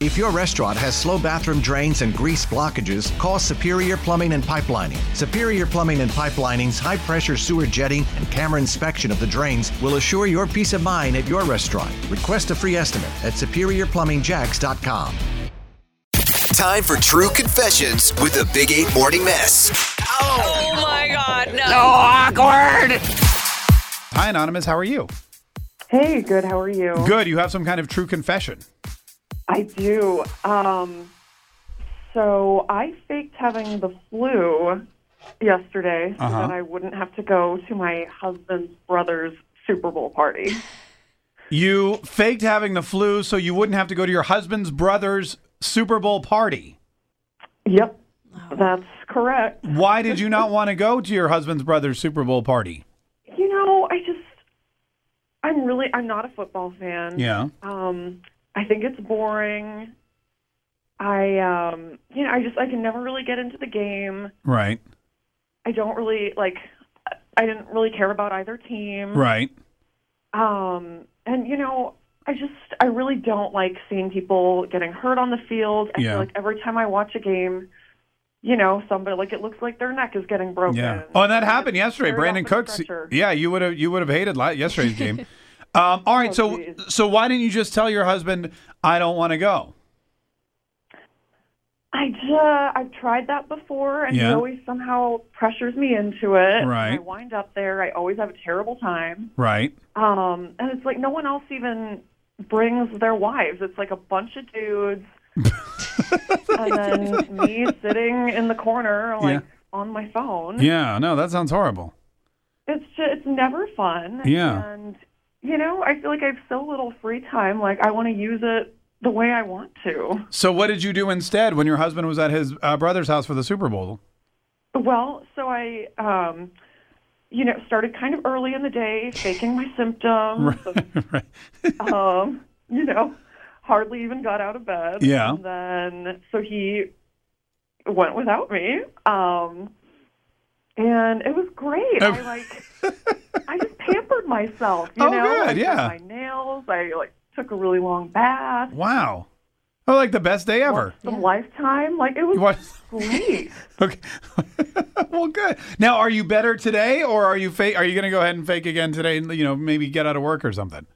If your restaurant has slow bathroom drains and grease blockages, call Superior Plumbing and Pipelining. Superior Plumbing and Pipelining's high pressure sewer jetting and camera inspection of the drains will assure your peace of mind at your restaurant. Request a free estimate at superiorplumbingjacks.com. Time for True Confessions with the Big 8 Morning Mess. Oh my God, no. awkward. Hi, Anonymous. How are you? Hey, good. How are you? Good. You have some kind of true confession. I do. Um, so I faked having the flu yesterday so Uh-huh. that I wouldn't have to go to my husband's brother's Super Bowl party. You faked having the flu so you wouldn't have to go to your husband's brother's Super Bowl party. Yep, that's correct. Why did you not want to go to your husband's brother's Super Bowl party? You know, I just, I'm really, I'm not a football fan. Yeah. Um, I think it's boring. I, um, you know, I just, I can never really get into the game. Right. I don't really like. I didn't really care about either team. Right. Um, and you know, I just I really don't like seeing people getting hurt on the field. I Yeah. feel like every time I watch a game, you know, somebody like it looks like their neck is getting broken. Yeah. Oh, and that It's happened yesterday. very Brandon often Cooks. pressure. Yeah, you would have you would have hated la- yesterday's game. Um, all right. so geez. so why didn't you just tell your husband I don't want to go? I just, I've tried that before, and Yeah. he always somehow pressures me into it. Right. And I wind up there. I always have a terrible time. Right. Um, and it's like no one else even brings their wives. It's like a bunch of dudes, and then me sitting in the corner, like on my phone. Yeah. No, that sounds horrible. It's just, it's never fun. Yeah. and you know, I feel like I have so little free time. Like I want to use it the way I want to. So what did you do instead when your husband was at his uh, brother's house for the Super Bowl? Well, so I, um, you know, started kind of early in the day, faking my symptoms. right. um, you know, hardly even got out of bed. Yeah. And then so he went without me. Um, and it was great. I like I just pampered myself, you Oh, know. good, I did yeah. My nails, I like took a really long bath. Wow. Oh, like the best day ever. Some lifetime. Like it was What? great. Okay. well, good. Now, are you better today, or are you fake? Are you going to go ahead and fake again today? And you know, maybe get out of work or something.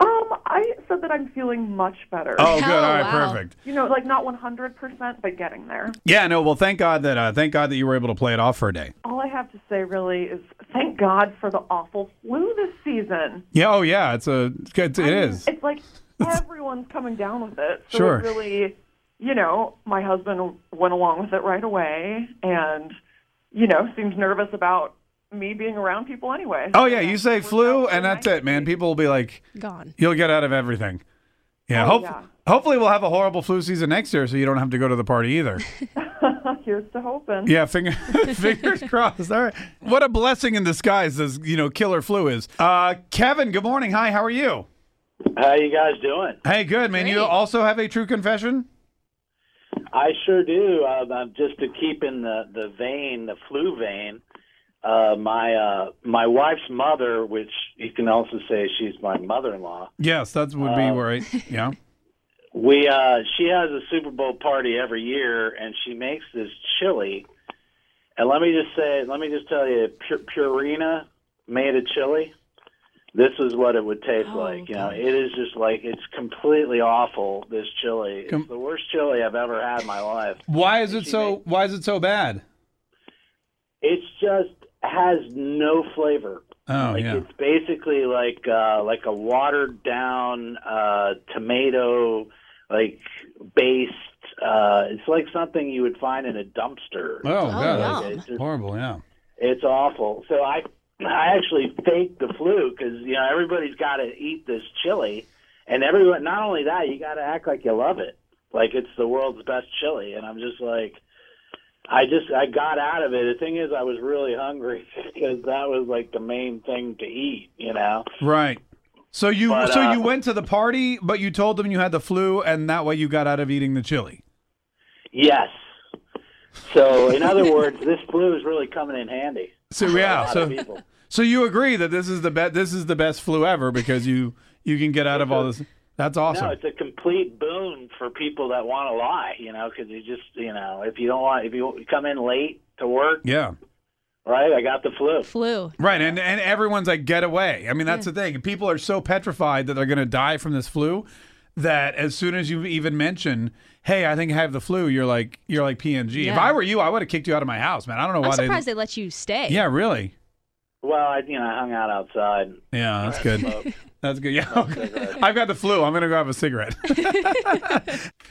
Um, I said that I'm feeling much better. Oh, good. All right, wow. perfect. You know, like not 100%, but getting there. Yeah. No. Well, thank God that. Uh, thank God that you were able to play it off for a day. All I have to say really is thank God for the awful flu this season. Yeah. Oh, yeah. It's a. It's, it is. It's like everyone's coming down with it. So Sure. it really, you know, my husband went along with it right away and, you know, seemed nervous about me being around people anyway. Oh, yeah. You say Worked flu, out and really that's it, man. nicely. People will be like, Gone. you'll get out of everything. Yeah. Oh, hope- yeah. Hopefully, we'll have a horrible flu season next year, so you don't have to go to the party either. Here's to hoping. Yeah, finger, fingers crossed. All right. What a blessing in disguise this, you know, killer flu is. Uh, Kevin, good morning. Hi, how are you? How you guys doing? Hey, good, man. You Great. also have a true confession? I sure do. Um, I'm just to keep in the the vein, the flu vein. Uh, my uh, my wife's mother, which you can also say she's my mother-in-law. Yes, that would Uh, be right. Yeah. We uh, she has a Super Bowl party every year, and she makes this chili. And let me just say, let me just tell you, Pu- Purina made a chili. This is what it would taste Oh, like. You know, God. it is just like it's completely awful. This chili, it's Com- the worst chili I've ever had in my life. Why is it She so made- why is it so bad? It's just has no flavor. Oh, like, yeah. It's basically like uh, like a watered down uh, tomato like based. Uh, it's like something you would find in a dumpster. Oh, God. yeah. It's, just- Horrible, yeah. it's awful. So I I actually faked the flu because you know everybody's got to eat this chili, and everyone. Not only that, you got to act like you love it, like it's the world's best chili. And I'm just like. I just I got out of it. The thing is, I was really hungry because that was like the main thing to eat, you know. Right. So you But, so uh, you went to the party, but you told them you had the flu and that way you got out of eating the chili. Yes. So, in other words, this flu is really coming in handy. So A yeah, lot so of people. So you agree that this is the best this is the best flu ever because you you can get out of all this. That's awesome. No, it's a complete boon for people that want to lie, you know, because you just, you know, if you don't want, if you come in late to work, yeah. right? I got the flu. Flu. Right, and, and everyone's like, get away. I mean, that's the thing. People are so petrified that they're going to die from this flu that as soon as you even mention, hey, I think I have the flu, you're like, you're like PNG. If Yeah. I were you, I would have kicked you out of my house, man. I don't know I'm why surprised they let you stay. Yeah, really. Well, I, you know, I hung out outside. Yeah, that's good. That's good. Yeah, okay. I've got the flu. I'm gonna go have a cigarette.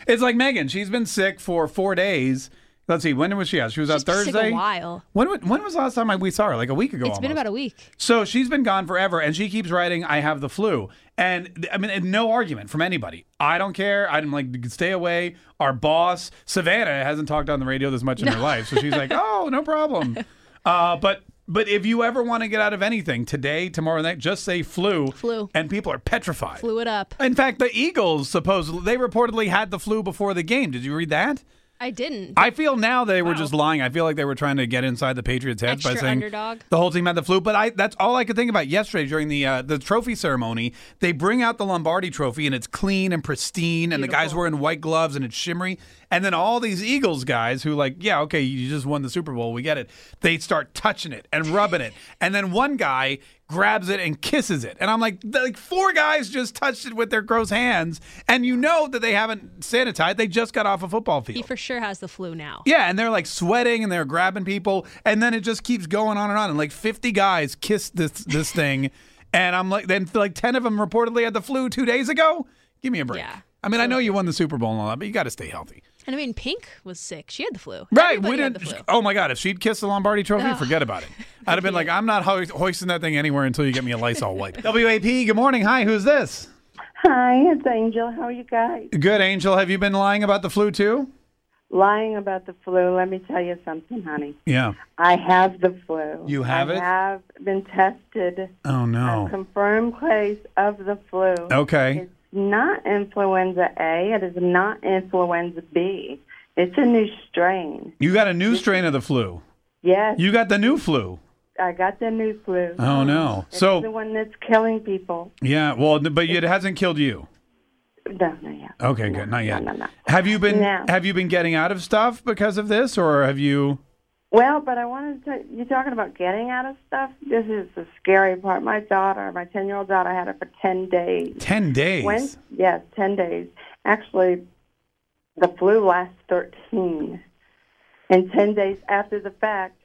it's like Megan. She's been sick for four days. Let's see. When was she out? She was She's out Thursday. been sick a while. When wa- when was the last time I- we saw her? Like a week ago. It's been almost. about a week. So she's been gone forever, and she keeps writing, "I have the flu," and th- I mean, and no argument from anybody. I don't care. I'm like, stay away. Our boss, Savannah, hasn't talked on the radio this much in her life, so she's like, "Oh, no problem." Uh, but but if you ever want to get out of anything today, tomorrow, night, just say flu. Flu. and people are petrified. Flew it up. In fact, the Eagles supposedly they reportedly had the flu before the game. Did you read that? I didn't. I feel now they were just lying. I feel like they were trying to get inside the Patriots' heads by Extra saying underdog. the whole team had the flu. But I that's all I could think about yesterday during the uh, the trophy ceremony. They bring out the Lombardi Trophy and it's clean and pristine, and the guys wearing white gloves and it's shimmery. And then all these Eagles guys who like, yeah, okay, you just won the Super Bowl, we get it. They start touching it and rubbing it, and then one guy grabs it and kisses it. And I'm like, the- like four guys just touched it with their gross hands, and you know that they haven't sanitized. They just got off a football field. he for sure has the flu now. Yeah, and they're like sweating and they're grabbing people, and then it just keeps going on and on. And like fifty guys kissed this this thing, and I'm like, then like ten of them reportedly had the flu two days ago. Give me a break. Yeah. I mean, I know you won the Super Bowl and all that, but you got to stay healthy. And I mean, Pink was sick. She had the flu. Right? Everybody had the didn't- flu. Oh my God! If she'd kissed the Lombardi Trophy, Ugh. forget about it. I'd have been like, I'm not ho- hoisting that thing anywhere until you get me a Lysol wipe. WAP. Good morning. Hi. Who's this? Hi, it's Angel. How are you guys? Good Angel. Have you been lying about the flu too? Lying about the flu. Let me tell you something, honey. Yeah. I have the flu. You have I it? have been tested. Oh A no. confirmed case of the flu. Okay. It's not influenza A. It is not influenza B. It's a new strain. You got a new strain of the flu. Yes, You got the new flu. I got the new flu. Oh no. It's the So one that's killing people. yeah, well, but it hasn't killed you. No, no, yeah. Okay, good. Not yet. no, no. Have you been No. have you been getting out of stuff because of this, or have you? Well, but I wanted to. You're talking about getting out of stuff. This is the scary part. My daughter, my ten-year-old daughter, had it for ten days. Ten days. When? Yes, ten days. Actually, the flu lasts thirteen, and ten days after the fact,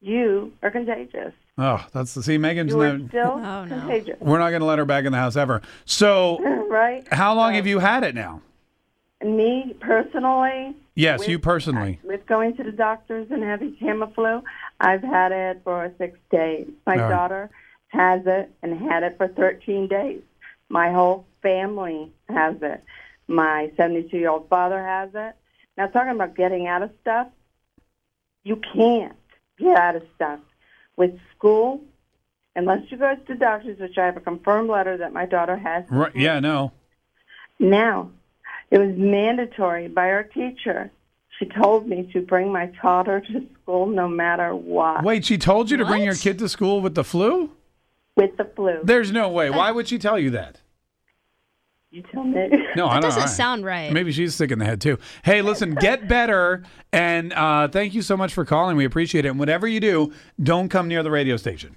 you are contagious. Oh, that's the see. Megan's You are no, still Oh, no. contagious, we're not going to let her back in the house ever. So, right? how long have you had it now? Me personally, Yes, With- you personally. with going to the doctors and having Tamiflu, I've had it for six days. My All right. daughter has it and had it for 13 days. My whole family has it. My 72 year old father has it. Now, talking about getting out of stuff, you can't get out of stuff. With school, unless you go to the doctors, which I have a confirmed letter that my daughter has Right. Yeah. No. now, it was mandatory by our teacher. She told me to bring my daughter to school no matter what Wait, she told you to bring What? your kid to school with the flu? with the flu. There's no way. Why would she tell you that? you tell me. No, I That don't. doesn't I- sound right. Maybe she's sick in the head too. Hey, listen, get better, and uh, thank you so much for calling. We appreciate it. And whatever you do, don't come near the radio station.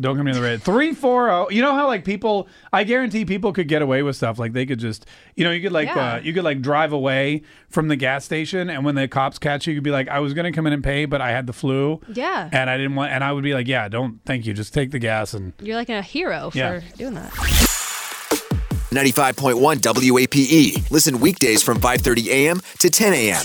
Don't come near the radio. Three four zero. You know how like people? I guarantee people could get away with stuff. Like they could just, you know, you could like Yeah. uh, you could like drive away from the gas station, and when the cops catch you, you could be like, I was gonna come in and pay, but I had the flu, Yeah. and I didn't want. And I would be like, Yeah, don't. Thank you. Just take the gas and. You're like a hero for Yeah. doing that. 95.1 WAPE. E. Listen weekdays from 5:30 a.m. to 10 a.m.